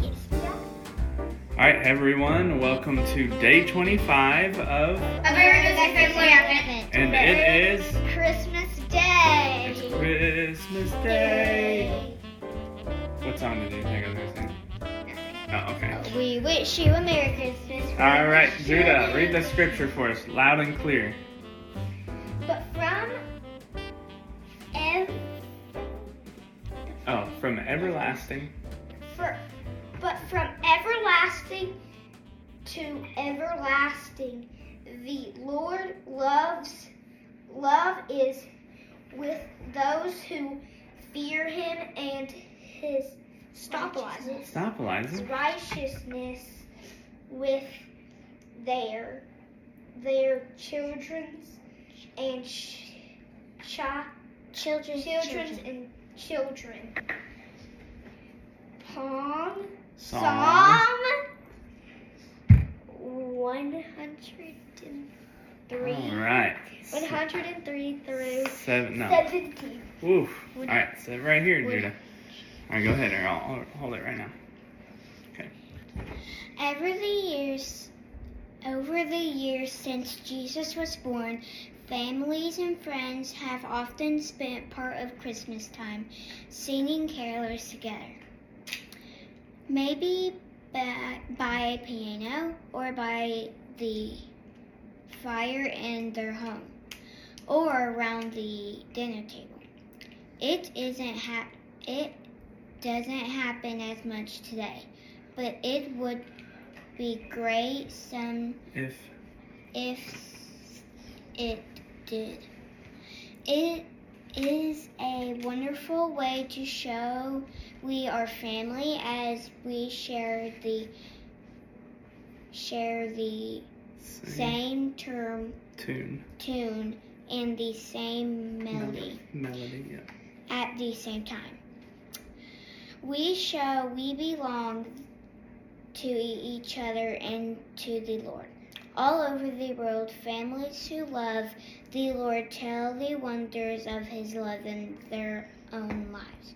yes. All right, everyone, welcome to day 25 of, A bird is a family event. and it is Christmas Day. Christmas Day. What song did you think I was gonna sing? Oh, okay. We wish you a Merry Christmas. from All right, us. Judah, read the scripture for us, loud and clear. But from ev- Oh, from everlasting. for, but from everlasting to everlasting, the Lord loves. Love is with those who fear Him, and His stop righteousness, Stop, Eliza. righteousness with their their children's and ch- chi- children's children's and children. Pong. Psalm Song. 103. All right. 103 through Seven, no. 17. Oof. All right, sit right here, Would- Judah. All right, go ahead, or I'll I'll hold it right now. Over the years, over the years since Jesus was born, families and friends have often spent part of Christmas time singing carolers together. Maybe by, by a piano or by the fire in their home or around the dinner table. It isn't hap- it doesn't happen as much today, but it would be great some If if it did. It is a wonderful way to show we are family as we share the share the same same term tune, tune and the same melody melody, yeah. at the same time. We show we belong to each other and to the Lord. All over the world, families who love the Lord tell the wonders of his love in their own lives.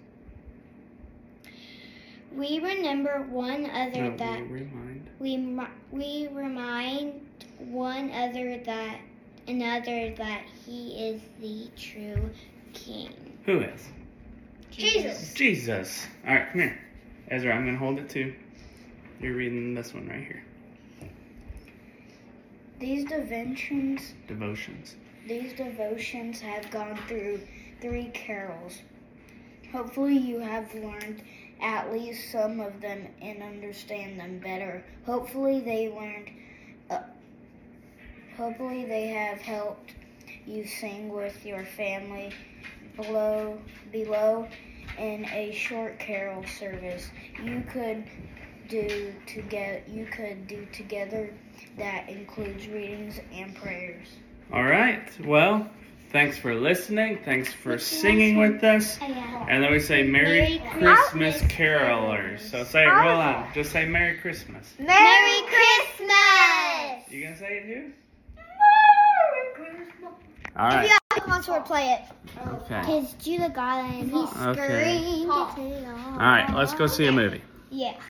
We remember one other No, that we remind. we mi- we remind one other that another that he is the true king. Who is? Jesus. Jesus. All right, come here. Ezra, I'm going to hold it too. You're reading this one right here These devotions Devotions. these devotions have gone through three carols. Hopefully you have learned at least some of them and understand them better. Hopefully they learned uh, hopefully they have helped you sing with your family below below in a short carol service. You could do together you could do together that includes readings and prayers. All right, well, thanks for listening. Thanks for singing with us. And then we say Merry Merry Christmas, Christmas, Carolers. So say it real loud. Just say Merry Christmas. Merry Christmas! You going to say it too? Merry Christmas! All right. If y'all want to play it. Okay. Because Judah got it and he Okay. screamed it to y'all. All right, let's go see a movie. Yeah.